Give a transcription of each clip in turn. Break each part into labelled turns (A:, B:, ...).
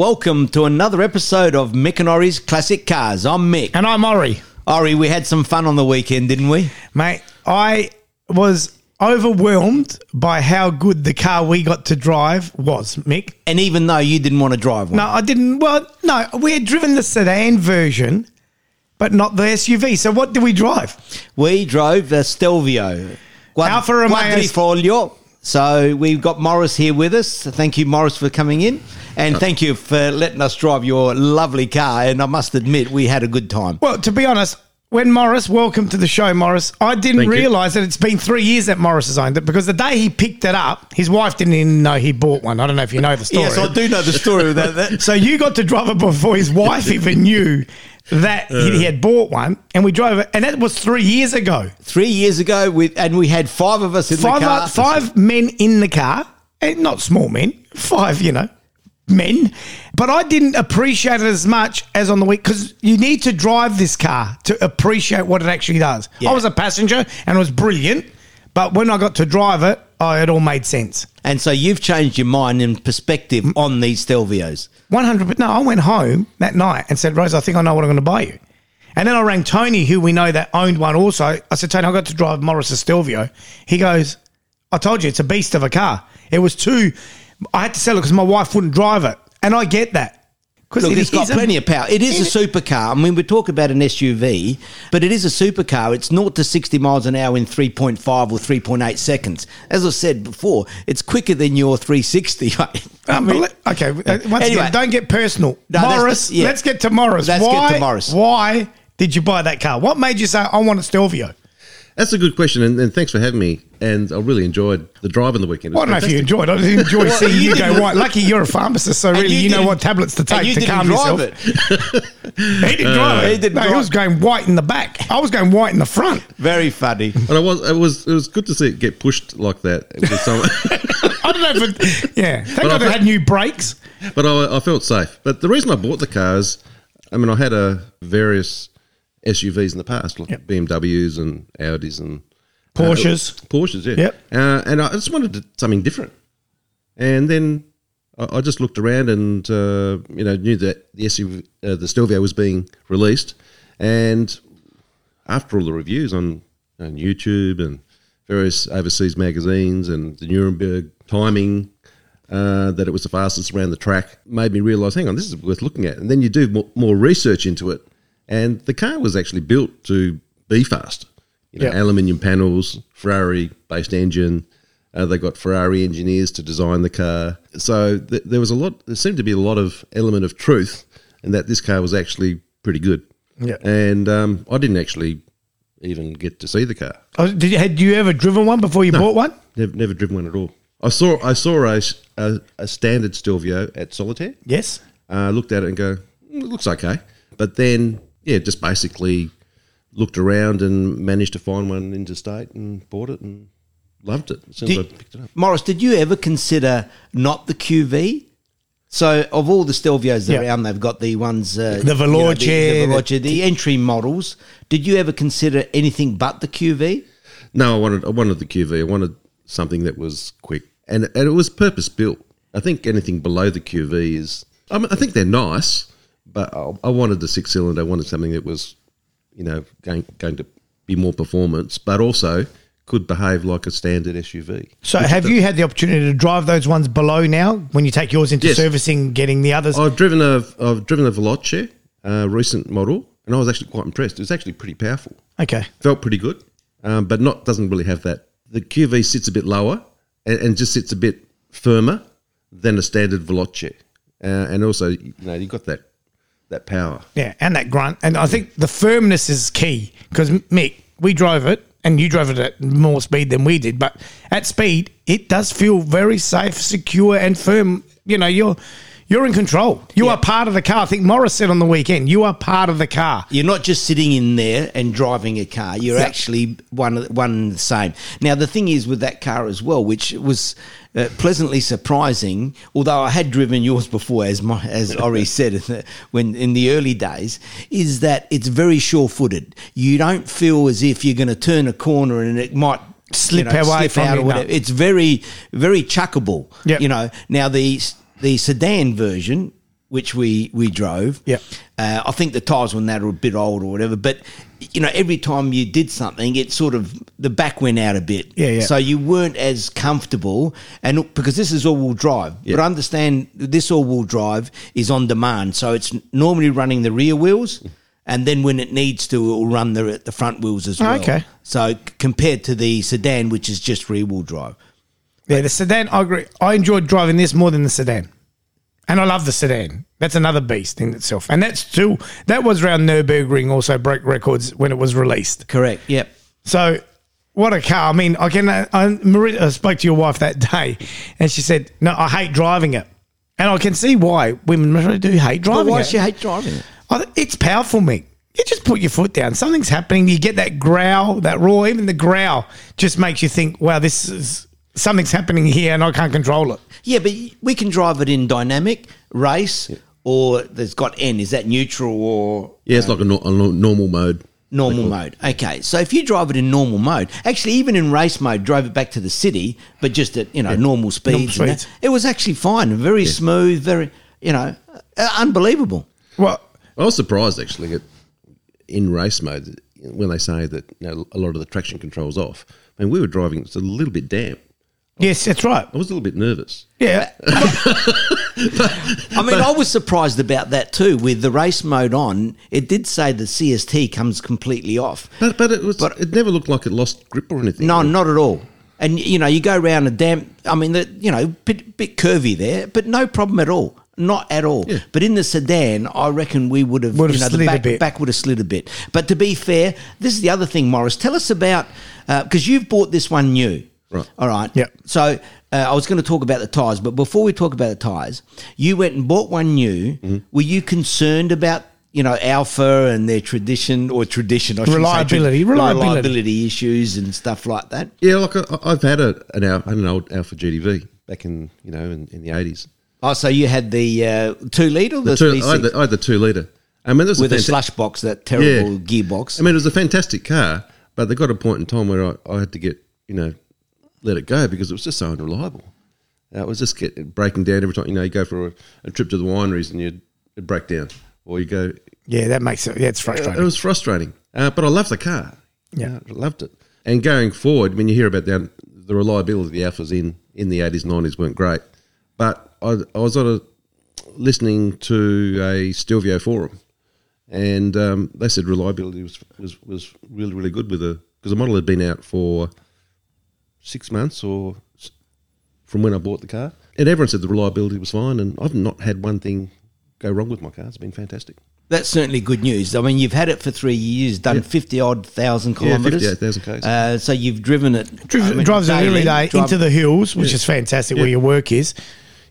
A: Welcome to another episode of Mick and Ori's Classic Cars. I'm Mick.
B: And I'm Ori.
A: Ori, we had some fun on the weekend, didn't we?
B: Mate, I was overwhelmed by how good the car we got to drive was, Mick.
A: And even though you didn't want to drive one,
B: No, I didn't. Well, no, we had driven the sedan version, but not the SUV. So what did we drive?
A: we drove the Stelvio. Guad-
B: Alfa Romeo's-
A: Quadrifoglio. So we've got Morris here with us. So Thank you, Morris, for coming in. And thank you for letting us drive your lovely car. And I must admit, we had a good time.
B: Well, to be honest, when Morris, welcome to the show, Morris, I didn't
C: Thank you.
B: realise that it's been three years that Morris has owned it because the day he picked it up, his wife didn't even know he bought one. I don't know if you know the story.
A: Yes, I do know the story about that.
B: So you got to drive it before his wife even knew that he he
A: Uh.
B: had bought one, and we drove it, and that was three years ago.
A: Three years ago, with and we had five of us in
B: Five uh,
A: the car.
B: five men in the car, and not small men, five you know men. But I didn't appreciate it as much as on the week because you need to drive this car to appreciate what it actually does.
A: Yeah.
B: I was a passenger and it was brilliant, but when I got to drive it, oh, it all made sense.
A: And so you've changed your mind and perspective on these Stelvios.
B: 100 but no i went home that night and said rose i think i know what i'm going to buy you and then i rang tony who we know that owned one also i said tony i got to drive morris's stelvio he goes i told you it's a beast of a car it was too i had to sell it because my wife wouldn't drive it and i get that because
A: Look, it's got plenty of power. It is a supercar. I mean, we talk about an SUV, but it is a supercar. It's 0 to 60 miles an hour in 3.5 or 3.8 seconds. As I said before, it's quicker than your 360. right?
B: okay, uh, once
A: Anyway.
B: again, don't get personal.
A: No, that's-
B: Morris,
A: yeah.
B: let's get to Morris.
A: Let's get to
B: why,
A: Morris.
B: Why did you buy that car? What made you say, I want a Stelvio?
C: That's a good question, and, and thanks for having me. And I really enjoyed the drive on the weekend. It
B: Well, I
C: was
B: don't know if you
C: fantastic.
B: enjoyed. I did enjoy
A: Well,
B: seeing
A: you
B: you go
A: didn't-
B: white. Lucky you're a pharmacist, so really
A: you
B: you, know
A: didn't-
B: what tablets to
A: And
B: take
A: you
B: to
A: didn't
B: calm
A: drive
B: yourself.
A: it.
B: He didn't drive
A: he
B: it.
A: didn't
B: no,
A: drive-
B: he was going white in the back. I was going white in the front.
A: Very funny.
C: But I was, it was, it was good to see it get pushed like that. With someone,
B: I don't know if it. Yeah, thank
C: But I
B: God it
C: think-
B: had new brakes.
C: but I, I felt safe. But the reason I bought the car is, I mean, I had a various SUVs in the past, like BMWs and Audis and uh,
B: Porsches.
C: Porsches, yeah.
B: Yep.
C: Uh, and I just wanted to- something different. And then I, I just looked around and uh, you know knew that the SUV, uh, the Stelvio was being released, and after all the reviews on, on YouTube and various overseas magazines and the Nuremberg timing. Uh, that it was the fastest around the track made me realise, hang on, this is worth looking at. And then you do more, more research into it, and the car was actually built to be fast. You know,
B: Yeah.
C: aluminium panels, Ferrari-based engine. Uh, they got Ferrari engineers to design the car. So th- there was a lot. There seemed to be a lot of element of truth, in that this car was actually pretty good.
B: Yeah.
C: And um, I didn't actually even get to see the car.
B: Oh, did you, had you ever driven one before you bought one?
C: Never, never driven one at all. I saw I saw a, s- a, a standard Stelvio at Solitaire.
B: Yes.
C: Uh, looked at it and go, "Mm, it looks okay. But then, yeah, just basically looked around and managed to find one interstate and bought it and loved it as soon as I picked it up.
A: Morris, did you ever consider not the QV? So, of all the Stelvios
B: Yeah.
A: around, they've got the ones uh,
B: The Veloce,
A: the,
B: the-
A: Veloce, the, entry models. Did you ever consider anything but the QV?
C: No, I wanted I wanted the QV. I wanted something that was quick and and it was purpose built. I think anything below the QV is. I, mean, I think they're nice, but I, I wanted the six cylinder. I wanted something that was, you know, going going to be more performance, but also could behave like a standard SUV.
B: So have you had the opportunity to drive those ones below now when you take yours into
C: Yes.
B: servicing, getting the others?
C: I've driven a I've driven a Veloce, a recent model, and I was actually quite impressed. It was actually pretty powerful.
B: okay.
C: felt pretty good, um, but not doesn't really have that. The QV sits a bit lower and, and just sits a bit firmer than a standard Veloce, uh, and also you know you got that that power.
B: Yeah, and that grunt. And I think the firmness is key because, Mick, we drove it and you drove it at more speed than we did. But at speed, it does feel very safe, secure, and firm. You know, you're. You're in control. You are part of the car. I think Morris said on the weekend, you are part of the car.
A: You're not just sitting in there and driving a car. You're
B: Yeah.
A: actually one one and the same. Now the thing is with that car as well, which was uh, pleasantly surprising. Although I had driven yours before, as my, as Ori said, in the, when in the early days, is that it's very sure footed. You don't feel as if you're going to turn a corner and it might.
B: Slip away from
A: out
B: you,
A: or
B: no.
A: whatever. It's very, very chuckable.
B: Yeah.
A: You know. Now the the sedan version which we we drove.
B: Yeah.
A: uh, I think the tires were now a bit old or whatever. But you know, every time you did something, it sort of the back went out a bit.
B: Yeah, yeah.
A: So you weren't as comfortable, and look, because this is all-wheel drive. But understand, this all-wheel drive is on demand, so it's normally running the rear wheels. And then when it needs to, it will run the the front wheels as
B: Oh,
A: well.
B: okay.
A: So c- compared to the sedan, which is just rear wheel drive.
B: Yeah, the sedan. I agree. I enjoyed driving this more than the sedan, and I love the sedan. That's another beast in itself, and that's too. That was around Nurburgring, also broke records when it was released.
A: Correct. Yep.
B: So, what a car! I mean, I can. I, I, Maria, I spoke to your wife that day, and she said, "No, I hate driving it," and I can see why women really do hate driving
A: why
B: it.
A: does she hate driving it?
B: I th- it's powerful, mate. You just put your foot down. Something's happening. You get that growl, that roar. Even the growl just makes you think, "Wow, this is something's happening here, and I can't control it."
A: Yeah, but we can drive it in dynamic race or there's got N. Is that neutral or
C: Yeah, it's like a, nor- a nor- normal mode.
A: normal mode? Okay, so if you drive it in normal mode, actually even in race mode, drove it back to the city, but just at you know normal speeds. and that,
B: speeds.
A: it was actually fine, very smooth, very you know uh, unbelievable.
B: Well,
C: I was surprised actually at, in race mode when they say that you know, a lot of the traction control's off. I mean, we were driving; it's a little bit damp.
B: yes, that's right.
C: I was a little bit nervous.
B: Yeah,
A: I mean, I was surprised about that too. With the race mode on, it did say the CST comes completely off.
C: But but it was it never looked like it lost grip or anything.
A: No, not at all. And you know, you go around a damp. I mean, the, you know, bit bit curvy there, but no problem at all. Not at all. But in the sedan, I reckon we would have,
B: Would have
A: you know, the
B: slid a
A: back,
B: bit.
A: back would have slid a bit. But to be fair, this is the other thing, Morris. Tell us about because you've bought this one new.
C: Right.
A: All right.
B: Yep.
A: So uh, I was going to talk about the tires, but before we talk about the tires, you went and bought one new.
B: Mm-hmm.
A: Were you concerned about you know Alpha and their tradition or tradition? I should say,
B: Reliability,
A: the
B: reliability.
A: reliability issues and stuff like that.
C: Yeah, like I, I've had a, an, Al- an old Alpha GDV back in you know in, in the eighties.
A: Oh, so you had the uh, two liter, the,
C: Two, I, had
A: V6,
C: the, I had the two liter. I mean, this
A: with the
C: was
A: slush box, that terrible
C: Yeah.
A: gearbox.
C: I mean, it was a fantastic car, but they got a point in time where I, I had to get, you know, let it go because it was just so unreliable. Uh, it was just get, breaking down every time. You know, you go for a, a trip to the wineries and you would break down, or you go.
B: yeah, that makes it. Yeah, it's
C: It
B: frustrating.
C: was frustrating, uh, but I loved the car.
B: Yeah.
C: I loved it. And going forward, when you hear about the, the reliability of the Alphas in in the eighties, nineties weren't great, but I, I was on a listening to a Stelvio forum, and um, they said reliability was, was was really really good with the because the model had been out for six months or s- from when I bought the car, and everyone said the reliability was fine, and I've not had one thing go wrong with my car. It's been fantastic.
A: That's certainly good news. I mean, you've had it for three years, done fifty odd thousand
C: Yeah,
A: kilometres.
C: 58,000 k's.
A: Uh, so you've driven it.
B: Driv-
A: I mean,
B: drives it every
A: daily,
B: day
A: drive-
B: into the hills, which is fantastic where your work is.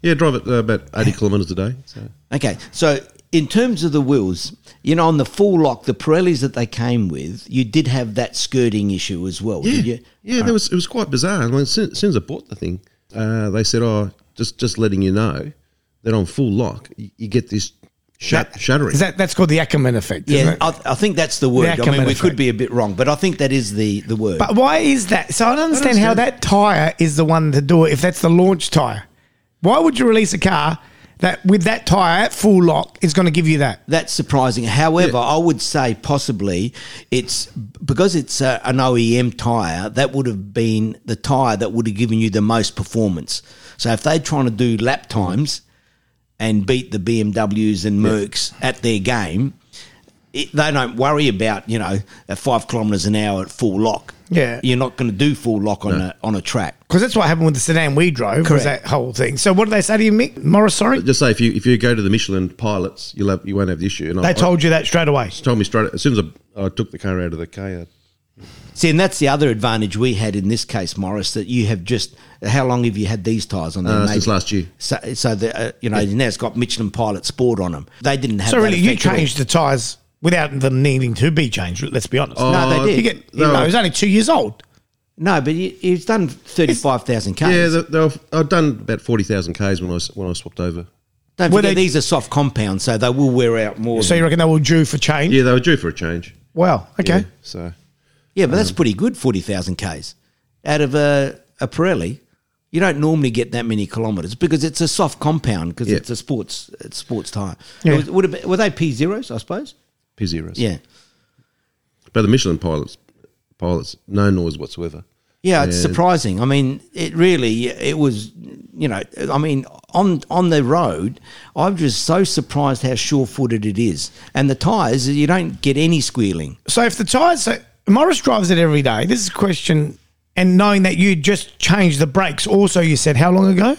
C: Yeah, drive it uh, about eighty kilometres a day. So.
A: Okay, so in terms of the wheels, you know, on the full lock, the Pirellis that they came with, you did have that skirting issue as well,
C: Yeah,
A: did you?
C: yeah.
B: uh,
C: There was it was quite bizarre. I mean, as soon, as soon as I bought the thing, uh, they said, "Oh, just just letting you know that on full lock, you, you get this shut,
B: That-
C: shuddering."
B: Is that that's called the Ackerman effect? isn't
A: Yeah,
B: it?
A: I, I think that's the word. I
B: Ackerman
A: mean, we could
B: effect.
A: be a bit wrong, but I think that is the the word.
B: But why is that? So I don't understand, how
C: understand.
B: that tire is the one to do it. If that's the launch tire, why would you release a car that with that tire at full lock is going to give you that?
A: That's surprising. However, I would say possibly it's because it's a, an OEM tire that would have been the tire that would have given you the most performance. So if they're trying to do lap times and beat the BMWs and Mercs at their game, it, they don't worry about you know at five kilometres an hour at full lock.
B: Yeah.
A: you're not going to do full lock on a on a track.
B: Because that's what happened with the sedan we drove. Was
A: Correct.
B: that whole thing? So what did they say to you, Mick Morris? Sorry,
C: Just say if you if you go to the Michelin pilots, you'll have, you won't have the issue. And I,
B: they told you that straight away.
C: I, told me straight as soon as I, I took the car out of the car.
A: See, and that's the other advantage we had in this case, Morris, that you have just. How long have you had these tyres on there?
C: Uh,
A: mate?
C: since last year.
A: So, so the, uh, you know, now it's got Michelin Pilot Sport on them. They didn't have.
B: So
A: that
B: really, you
A: effect at all.
B: changed the tires without them needing to be changed. Let's be honest.
A: No, they
C: Oh,
A: did.
B: you get you
C: no.
B: know, it was only two years old.
A: No, but you, it's done thirty-five thousand k's.
C: Yeah, they, they were, I'd done about forty thousand k's when I s- when I swapped over.
A: Don't
B: Were
A: forget,
B: they-
A: these are soft compounds, so they will wear out more.
B: So you reckon they were due for change?
C: Yeah, they were due for a change.
B: Wow. Okay.
C: Yeah, so
A: yeah, but that's pretty good. Forty thousand k's out of a a Pirelli. You don't normally get that many kilometres because it's a soft compound because
C: Yeah.
A: it's a sports it's sports tyre.
B: Yeah.
A: It was- would have been- were they P zeros? I suppose.
C: P zeros.
A: Yeah.
C: But the Michelin pilots, pilots, no noise whatsoever.
A: Yeah, it's
C: Yeah.
A: surprising. I mean, it really it was you know, I mean, on on the road, I'm just so surprised how sure-footed it is. And the tires, you don't get any squealing.
B: So if the tyres, so Morris drives it every day. This is a question, and knowing that you just changed the brakes, also you said how long ago?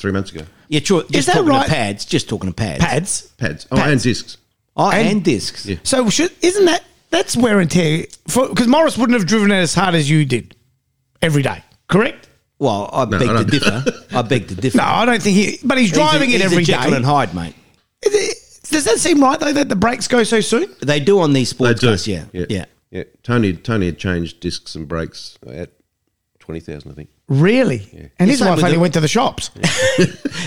C: Three months ago,
A: Yeah, sure. Just
B: that
A: talking
B: right?
A: to pads, just talking to pads.
B: Pads.
C: pads. Oh, and discs.
A: Oh, and,
B: And-
A: discs.
C: Yeah.
B: So should, isn't that that's wear and tear? Because Morris wouldn't have driven it as hard as you did every day, correct?
A: Well, I beg
C: I
A: to
C: don't-
A: differ. I beg to differ.
B: No, I don't think he. But he's
A: He's a-
B: driving
A: he's
B: it
A: a
B: every day.
A: Jekyll and Hyde, mate.
B: Is it- Does that seem right though that the brakes go so soon?
A: They do on these
C: They
A: sports
C: do.
A: cars, yeah. yeah.
C: yeah, yeah. Tony, Tony had changed discs and brakes at twenty thousand, I think.
B: Really? And his
A: Same
B: wife
A: with
B: only
A: the-
B: went to the shops.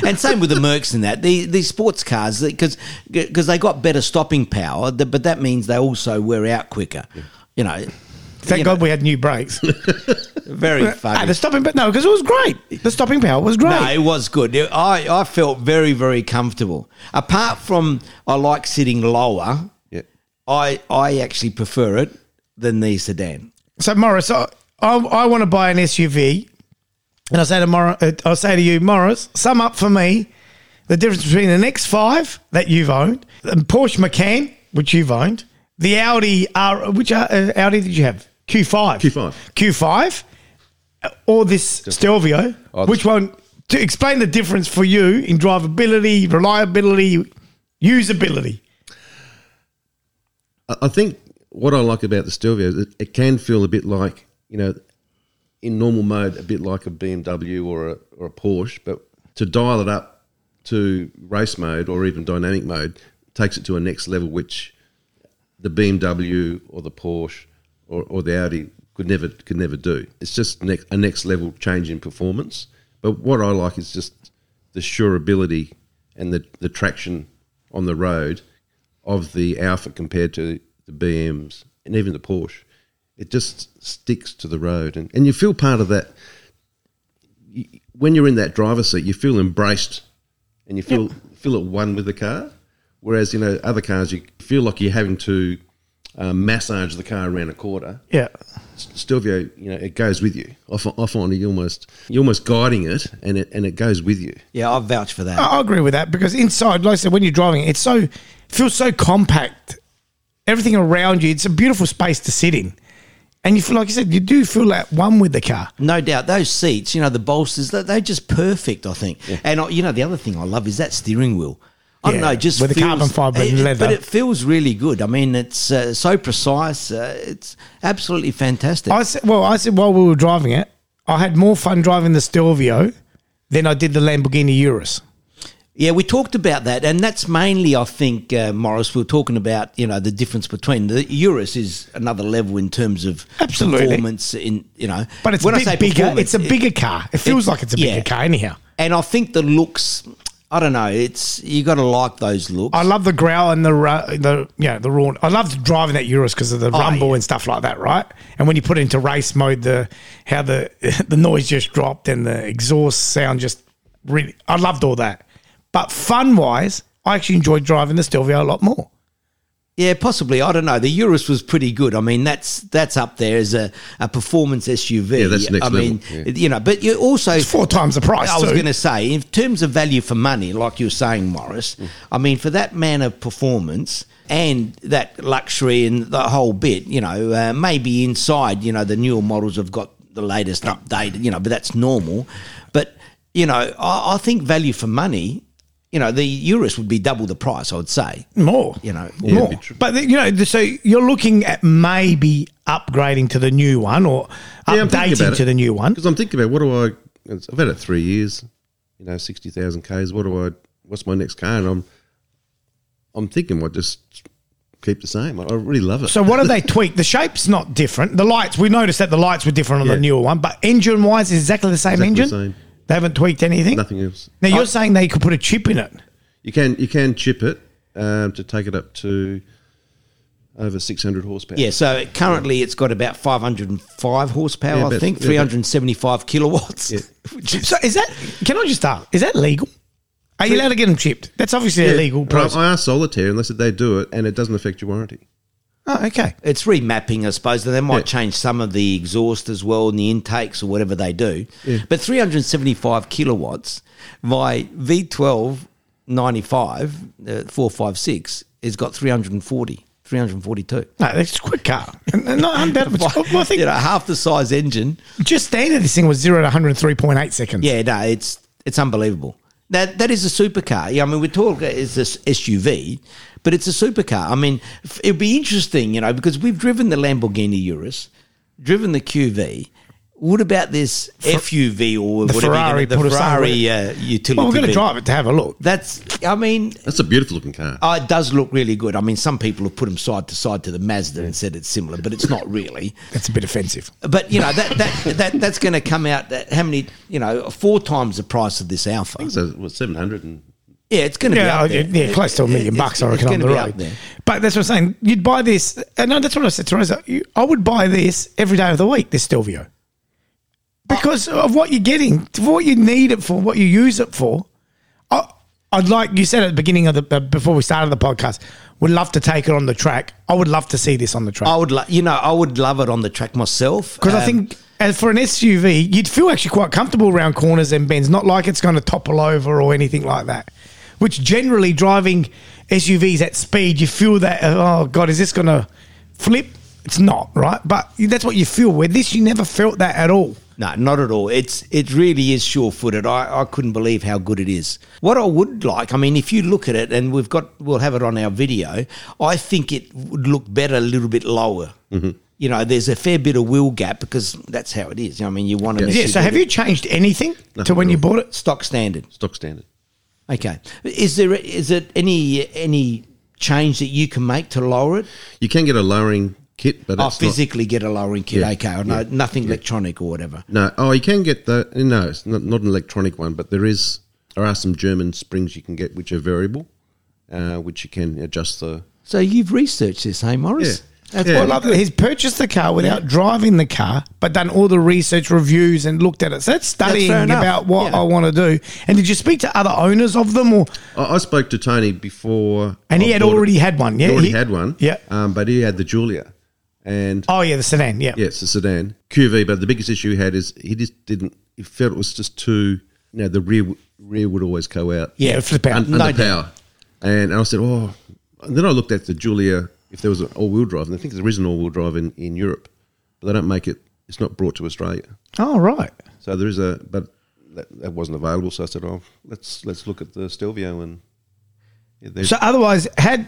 A: and same with the Mercs and that. These, these sports cars, because they got better stopping power, th- but that means they also wear out quicker. You know,
B: Thank
A: you
B: God we had new brakes.
A: very
B: Ah,
A: funny.
B: the stopping, but no, because it was great. The stopping power was great.
A: No, it was good. It- I, I felt very, very comfortable. Apart from I like sitting lower,
C: Yeah,
A: I, I actually prefer it than the sedan.
B: So Morris, I, I, I want to buy an SUV, and I say to Morris, uh, I say to you, Morris, sum up for me the difference between an X5 that you've owned, the Porsche Macan which you've owned, the Audi R, which uh, Audi did you have? Q5,
C: Q5.
B: Q5, uh, or this Stelvio?
C: Oh,
B: which
C: this-
B: one? To explain the difference for you in drivability, reliability, usability.
C: I, I think what I like about the Stelvio is it, it can feel a bit like you know, in normal mode, a bit like a BMW or a or a Porsche, but to dial it up to race mode or even dynamic mode takes it to a next level, which the BMW or the Porsche or, or the Audi could never could never do. It's just next, a next level change in performance. But what I like is just the surability and the, the traction on the road of the Alpha compared to the BMs and even the Porsche. It just sticks to the road, and, and you feel part of that. You- When you're in that driver's seat, you feel embraced, and you feel feel at one with the car. Whereas you know other cars, you feel like you're having to uh, massage the car around a quarter.
B: Yeah.
C: Stelvio, you know, it goes with you. I, fi- I find you almost you're almost guiding it, and it and it goes with you.
A: Yeah, I vouch for that.
B: I I agree with that because inside, like I said, when you're driving, it's so feels so compact. Everything around you, it's a beautiful space to sit in, and you feel like you said you do feel at one with the car.
A: No doubt, those seats, you know, the bolsters, they- they're just perfect. I think, and I, you know, the other thing I love is that steering wheel. I don't
B: Yeah,
A: know, it just
B: with the
A: feels,
B: carbon fibre
A: it-
B: and
A: it-
B: leather.
A: but it feels really good. I mean, it's uh, so precise. Uh, it's absolutely fantastic.
B: I said, well, I said while we were driving it, I had more fun driving the Stelvio than I did the Lamborghini Urus.
A: yeah, we talked about that, and that's mainly, I think, uh, Morris. We were talking about, you know, the difference between the Urus is another level in terms of
B: Absolutely.
A: performance. In you know,
B: But it's
A: when
B: a
A: I say
B: bit bigger.
A: performance,
B: It's a
A: it-
B: bigger car. It feels
A: it-
B: like it's a bigger
A: yeah.
B: car, anyhow.
A: and I think the looks. I don't know. It's you got to like those looks.
B: I love the growl and the ru- the you know, the roar. I loved driving that Urus because of the
A: Oh,
B: rumble and stuff like that, right? And when you put it into race mode, the how the the noise just dropped and the exhaust sound just really. I loved all that, but fun wise, I actually enjoyed driving the Stelvio a lot more.
A: Yeah, possibly. I don't know. The Urus was pretty good. I mean, that's that's up there as a, a performance SUV.
C: Yeah, that's next
A: I mean,
C: level. Yeah.
A: you know, but you also
B: It's four times the price.
A: I was
B: too.
A: going to say, in terms of value for money, like you were saying, Morris. I mean, for that man of performance and that luxury and the whole bit, you know, uh, maybe inside, you know, the newer models have got the latest update, you know, but that's normal. But you know, I, I think value for money. You know, the Urus would be double the price. I would say.
B: more,
A: You know,
B: more. But you know, th- so you're looking at maybe upgrading to the new one or
C: Yeah, I'm thinking about
B: updating
C: it.
B: to the new one.
C: Because I'm thinking about what do I? I've had it three years, you know, sixty thousand k's. What do I? What's my next car? And I'm, I'm thinking, what just keep the same. I, I really love it.
B: So what have they tweaked? The shape's not different. The lights, we noticed that the lights were different on the
C: Yeah.
B: newer one, but engine wise, is exactly the same
C: Exactly the
B: engine.
C: same.
B: They haven't tweaked anything.
C: nothing else.
B: Now you're saying they could put a chip in it.
C: You can you can chip it um, to take it up to over 600 horsepower.
A: Yeah, so currently it's got about 505 horsepower,
C: Yeah,
A: I
C: about-
A: think,
C: yeah, about-
A: 375 kilowatts. Which is-
B: So is that? Can I just ask? Is that legal? Are you allowed to get them chipped? That's obviously a legal
C: And I-
B: process.
C: I asked Solitaire, and they said they do it, and it doesn't affect your warranty.
B: oh, okay.
A: it's remapping, I suppose. They might
C: Yeah.
A: change some of the exhaust as well and the intakes or whatever they do. But 375 kilowatts by V12 95, uh, 456, has got 340, 342.
B: No, that's a quick car. And- and Not undoubtedly. I think
A: you know, half the size engine.
B: just standard. This thing was zero to one hundred three point eight seconds.
A: Yeah, no, it's it's unbelievable. That that is a supercar. Yeah, I mean, we're talking it's this SUV, but it's a supercar. I mean, f- it'd be interesting, you know, because we've driven the Lamborghini Urus, driven the QV. What about this FUV or
B: The
A: whatever?
B: Ferrari
A: you know, the
B: put aside,
A: Ferrari uh, utility.
B: Well, we're going to
A: van.
B: drive it to have a look.
A: That's. I mean,
C: That's a beautiful looking car.
A: Oh, it does look really good. I mean, some people have put them side to side to the Mazda and said it's similar, but it's not really.
B: That's a bit offensive.
A: But you know that that, that that's going to come out that how many you know four times the price of this Alpha.
C: so it was 700 and
A: Yeah, it's going to
B: Yeah,
A: be
B: yeah,
A: up there.
B: yeah, close to a million
A: It's-
B: bucks, I
A: it's
B: reckon, on
A: gonna
B: the
A: be up
B: road.
A: there.
B: But that's what I'm saying. You'd buy this, and no, that's what I said to Rosa. You, I would buy this every day of the week, this Stelvio, because of what you're getting, for what you need it for, what you use it for. I, I'd like you said at the beginning of the uh, before we started the podcast, would love to take it on the track. I would love to see this on the track
A: I would, lo- you know, I would love it on the track myself
B: because I
A: Um,
B: think as for an SUV, you'd feel actually quite comfortable around corners and bends, not like it's going to topple over or anything like that. Which generally driving SUVs at speed, you feel that oh god, is this going to flip? It's not right, but that's what you feel. With this, you never felt that at all.
A: No, not at all. It's it really is sure footed. I, I couldn't believe how good it is. What I would like, I mean, if you look at it and we've got we'll have it on our video, I think it would look better a little bit lower. You know, there's a fair bit of wheel gap because that's how it is. I mean you want to
B: Yeah. So have you changed anything to when you bought it?
A: stock standard.
C: stock standard.
A: Okay. Is there is it any any change that you can make to lower it?
C: You can get a lowering kit,
B: Oh,
C: but
A: I
C: it's not-
A: physically get a lowering kit,
C: Yeah.
A: okay. Or no, nothing electronic or whatever.
C: No, oh, you can get the no, it's not, not an electronic one, but there is there are some German springs you can get which are variable, uh, which you can adjust the.
A: So you've researched this, hey Morris?
C: Yeah.
A: That's
C: Yeah.
A: what
B: Well, like, he's purchased the car without driving the car, but done all the research, reviews, and looked at it. So that's studying
A: enough.
B: about what
A: Yeah.
B: I want to do. And did you speak to other owners of them, or
C: I, I spoke to Tony before,
B: And
C: I
B: he had
C: bought it.
B: already had one, yeah,
C: he already
B: he-
C: had one.
B: yeah.
C: um, but he had the Julia, and
B: oh yeah, the sedan, yeah,
C: yeah, it's a sedan QV. But the biggest issue he had is he just didn't. He felt it was just too. You know, the rear w- rear would always go out.
B: Yeah, it flip out.
C: un-
B: No
C: under
B: doubt.
C: power. And I said, oh. And then I looked at the Julia, if there was an all wheel drive, and I think there is an all wheel drive in, in Europe, but they don't make it, it's not brought to Australia.
B: Oh right.
C: So there is a, but that, that wasn't available. So I said, oh, let's let's look at the Stelvio and. Yeah, they-
B: So otherwise, had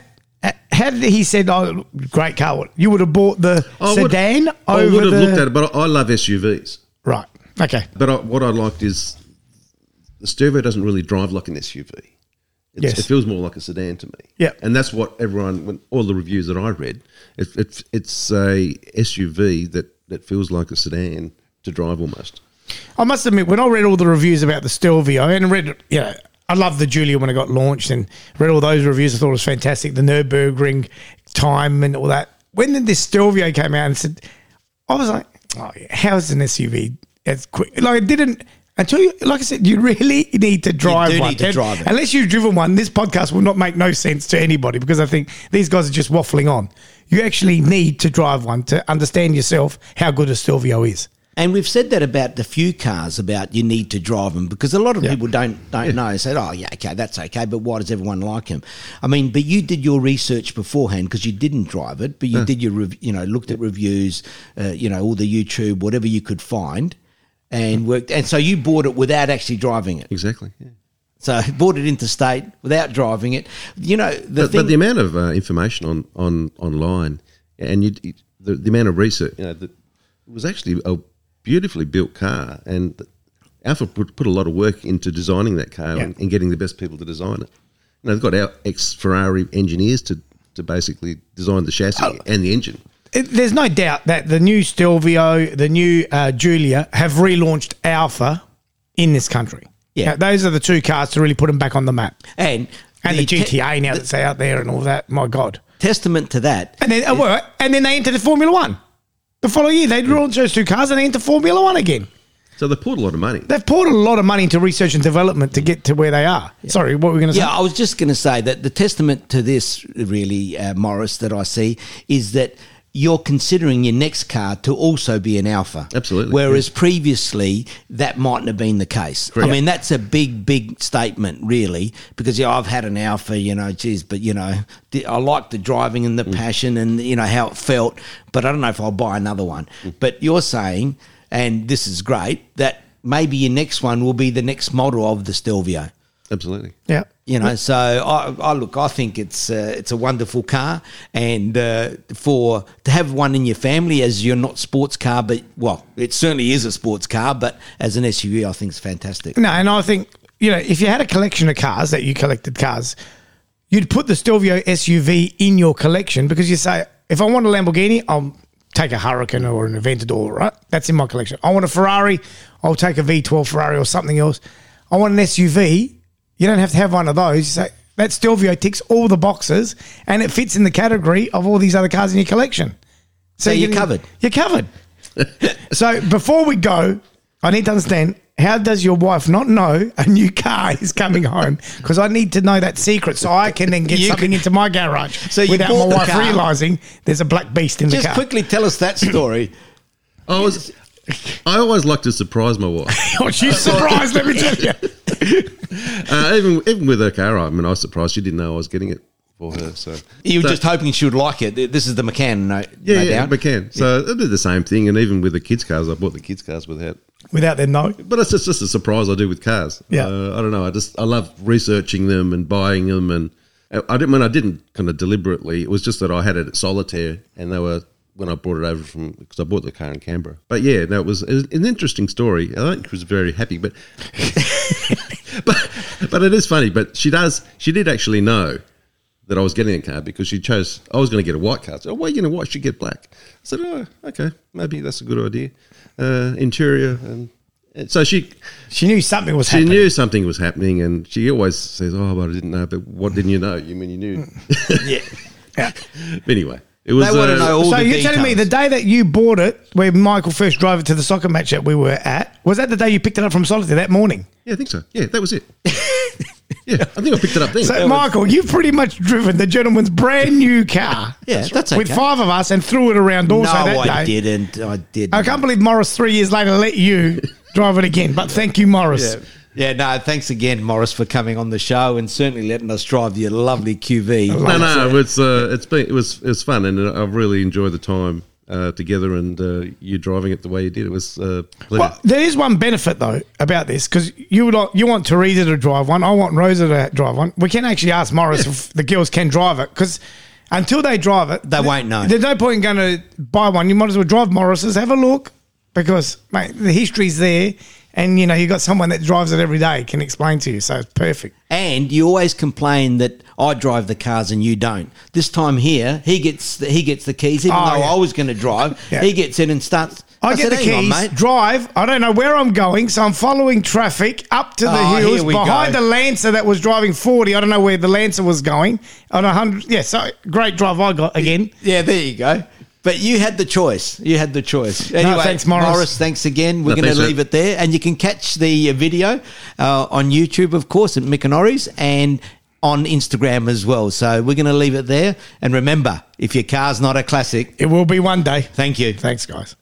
B: had he said, "Oh, great car," you would have bought the
C: I would-
B: sedan
C: I
B: over
C: would have
B: the
C: looked at it, but I, I love SUVs.
B: right. Okay,
C: But I, what I liked is the Stelvio doesn't really drive like an SUV. It's,
B: Yes.
C: It feels more like a sedan to me.
B: Yeah.
C: And that's what everyone, when, all the reviews that I read, it, it, it's a SUV that, that feels like a sedan to drive almost.
B: I must admit, when I read all the reviews about the Stelvio and read, you know, I loved the Julia when it got launched and read all those reviews. I thought it was fantastic. The Nurburgring time and all that. When did this Stelvio came out and said, I was like, oh, yeah, how's an SUV as quick? Like, it didn't. Until you, like I said, you really need to drive
A: do
B: one.
A: need to
B: And
A: drive it.
B: Unless you've driven one, this podcast will not make no sense to anybody because I think these guys are just waffling on. You actually need to drive one to understand yourself how good a Stelvio is.
A: And we've said that about the few cars about you need to drive them because a lot of people don't don't know. Said, oh yeah, okay, that's okay, but why does everyone like him? I mean, but you did your research beforehand because you didn't drive it, but you did your rev- you know looked at reviews, uh, you know all the YouTube, whatever you could find, and worked. And so you bought it without actually driving it.
C: Exactly. Yeah.
A: So bought it interstate without driving it. You know the
C: But,
A: thing.
C: but the amount of uh, information on, on online and you, you- the, the amount of research, you know, that it was actually a beautifully built car. And Alpha put, put a lot of work into designing that car
B: Yeah.
C: and, and getting the best people to design it. You know, they've got our ex Ferrari engineers to, to basically design the chassis
A: Oh.
C: and the engine.
B: it, there's no doubt that the new Stelvio, the new uh, Julia have relaunched Alpha in this country.
A: Yeah.
B: Now, those are the two cars to really put them back on the map.
A: And
B: and
A: the
B: the,
A: te-
B: GTA now
A: the-
B: that's out there and all that. My God.
A: Testament to that.
B: And then oh, well, and then they entered the Formula One. The following year, they launched those two cars and they entered Formula One again.
C: So they poured a lot of money.
B: They've poured a lot of money into research and development to get to where they are. Sorry, what were we going to
A: Yeah,
B: say?
A: I was just going to say that the testament to this, really, uh, Morris, that I see is that you're considering your next car to also be an alpha.
C: Absolutely.
A: Whereas previously, that mightn't have been the case.
C: Correct.
A: I mean, that's a big, big statement, really, because yeah, I've had an alpha, you know, geez, but you know, the, I like the driving and the
C: Mm.
A: passion and you know how it felt, but I don't know if I'll buy another one.
C: Mm.
A: But you're saying, and this is great, that maybe your next one will be the next model of the Stelvio.
C: Absolutely.
B: Yeah.
A: You know, so I, I look. I think it's uh, it's a wonderful car, and uh, for to have one in your family as your not sports car, but well, it certainly is a sports car, but as an SUV, I think it's fantastic.
B: No, and I think, you know, if you had a collection of cars that you collected cars, you'd put the Stelvio SUV in your collection because you say, if I want a Lamborghini, I'll take a Hurricane or an Aventador, right? That's in my collection. I want a Ferrari, I'll take a V12 Ferrari or something else. I want an SUV. You don't have to have one of those. You say, that Stelvio ticks all the boxes and it fits in the category of all these other cars in your collection.
A: So you're
B: can-
A: covered.
B: You're covered. so before we go, I need to understand how does your wife not know a new car is coming home? Because I need to know that secret so I can then get
A: You
B: something into my garage
A: So you
B: without
A: bought
B: my
A: the
B: wife
A: car.
B: realizing there's a black beast in the
A: Just
B: car.
A: quickly tell us that story.
C: I was. I always like to surprise my wife.
B: Oh, she's surprised. let me tell you.
C: Uh, even even with her car, I mean, I was surprised she didn't know I was getting it for her. So
A: You were
C: So-
A: just hoping she would like it. This is the McCann, no,
C: yeah,
A: no
C: yeah,
A: doubt.
C: McCann. So I did the same thing, and even with the kids' cars, I bought the kids' cars without.
B: Without them know.
C: But it's just, just a surprise I do with cars.
B: Yeah.
C: uh, I don't know. I just I love researching them and buying them, and I- I didn't. When I didn't kind of deliberately, it was just that I had it at Solitaire, and they were when I brought it over from because I bought the car in Canberra. But yeah, no, it was it was an interesting story. I don't think she was very happy, but but but it is funny. But she does. She did actually know that I was getting a car because she chose. I was going to get a white car. So, oh, well, you know what? She get black. I said, oh, okay, maybe that's a good idea. Uh, interior and. and So she
B: She knew something was
C: she
B: happening.
C: knew something was happening, and she always says, "Oh, but I didn't know." But what didn't you know? You mean you knew?
B: Yeah.
C: But anyway, it was.
A: They want to
C: uh,
A: know all
B: So
A: the
B: you're telling me the
A: details.
B: day that you bought it, where Michael first drove it to the soccer match that we were at, was that the day you picked it up from Solitaire that morning?
C: Yeah, I think so. Yeah, that was it. yeah, I think I picked it up then.
B: So, Michael, you've pretty much driven the gentleman's brand new car.
A: Yeah, that's okay.
B: With five of us and threw it around also
A: no,
B: that
A: I
B: day.
A: didn't. I didn't.
B: I can't believe Morris three years later let you drive it again. But thank you, Morris.
A: Yeah. Yeah, no, thanks again, Morris, for coming on the show and certainly letting us drive your lovely QV.
C: no, no, it's uh, it's been it was it was fun, and I've really enjoyed the time uh, together, and uh, you driving it the way you did. It was uh, pleasure.
B: Well, there is one benefit though about this because you would like- you want Teresa to drive one, I want Rosa to drive one. We can actually ask Morris if the girls can drive it because until they drive it,
A: They won't know.
B: There's no point in going to buy one. You might as well drive Morris's, have a look because mate, the history's there, and you know you got someone that drives it every day can explain to you, so it's perfect.
A: And you always complain that I drive the cars and you don't. This time here, he gets the, he gets the keys, even
B: Oh,
A: though
B: yeah.
A: I was going to drive.
B: Yeah.
A: He gets in and starts.
B: I, get
A: said,
B: the
A: "Hang on,
B: keys, drive. I don't know where I'm going, so I'm following traffic up to the
A: Oh, here
B: hills
A: we
B: behind
A: go.
B: the Lancer that was driving 40. I don't know where the Lancer was going on 100. Yeah, so great drive I got again.
A: Yeah, there you go. But you had the choice. You had the choice. Anyway,
B: thanks, Morris.
A: thanks again. We're
C: No,
A: going
C: thanks,
A: to
C: mate.
A: leave it there, and you can catch the uh, video uh, on YouTube, of course, at Mick and Ori's, and on Instagram as well. So we're going to leave it there. And remember, if your car's not a classic,
B: It will be one day.
A: thank you.
B: Thanks, guys.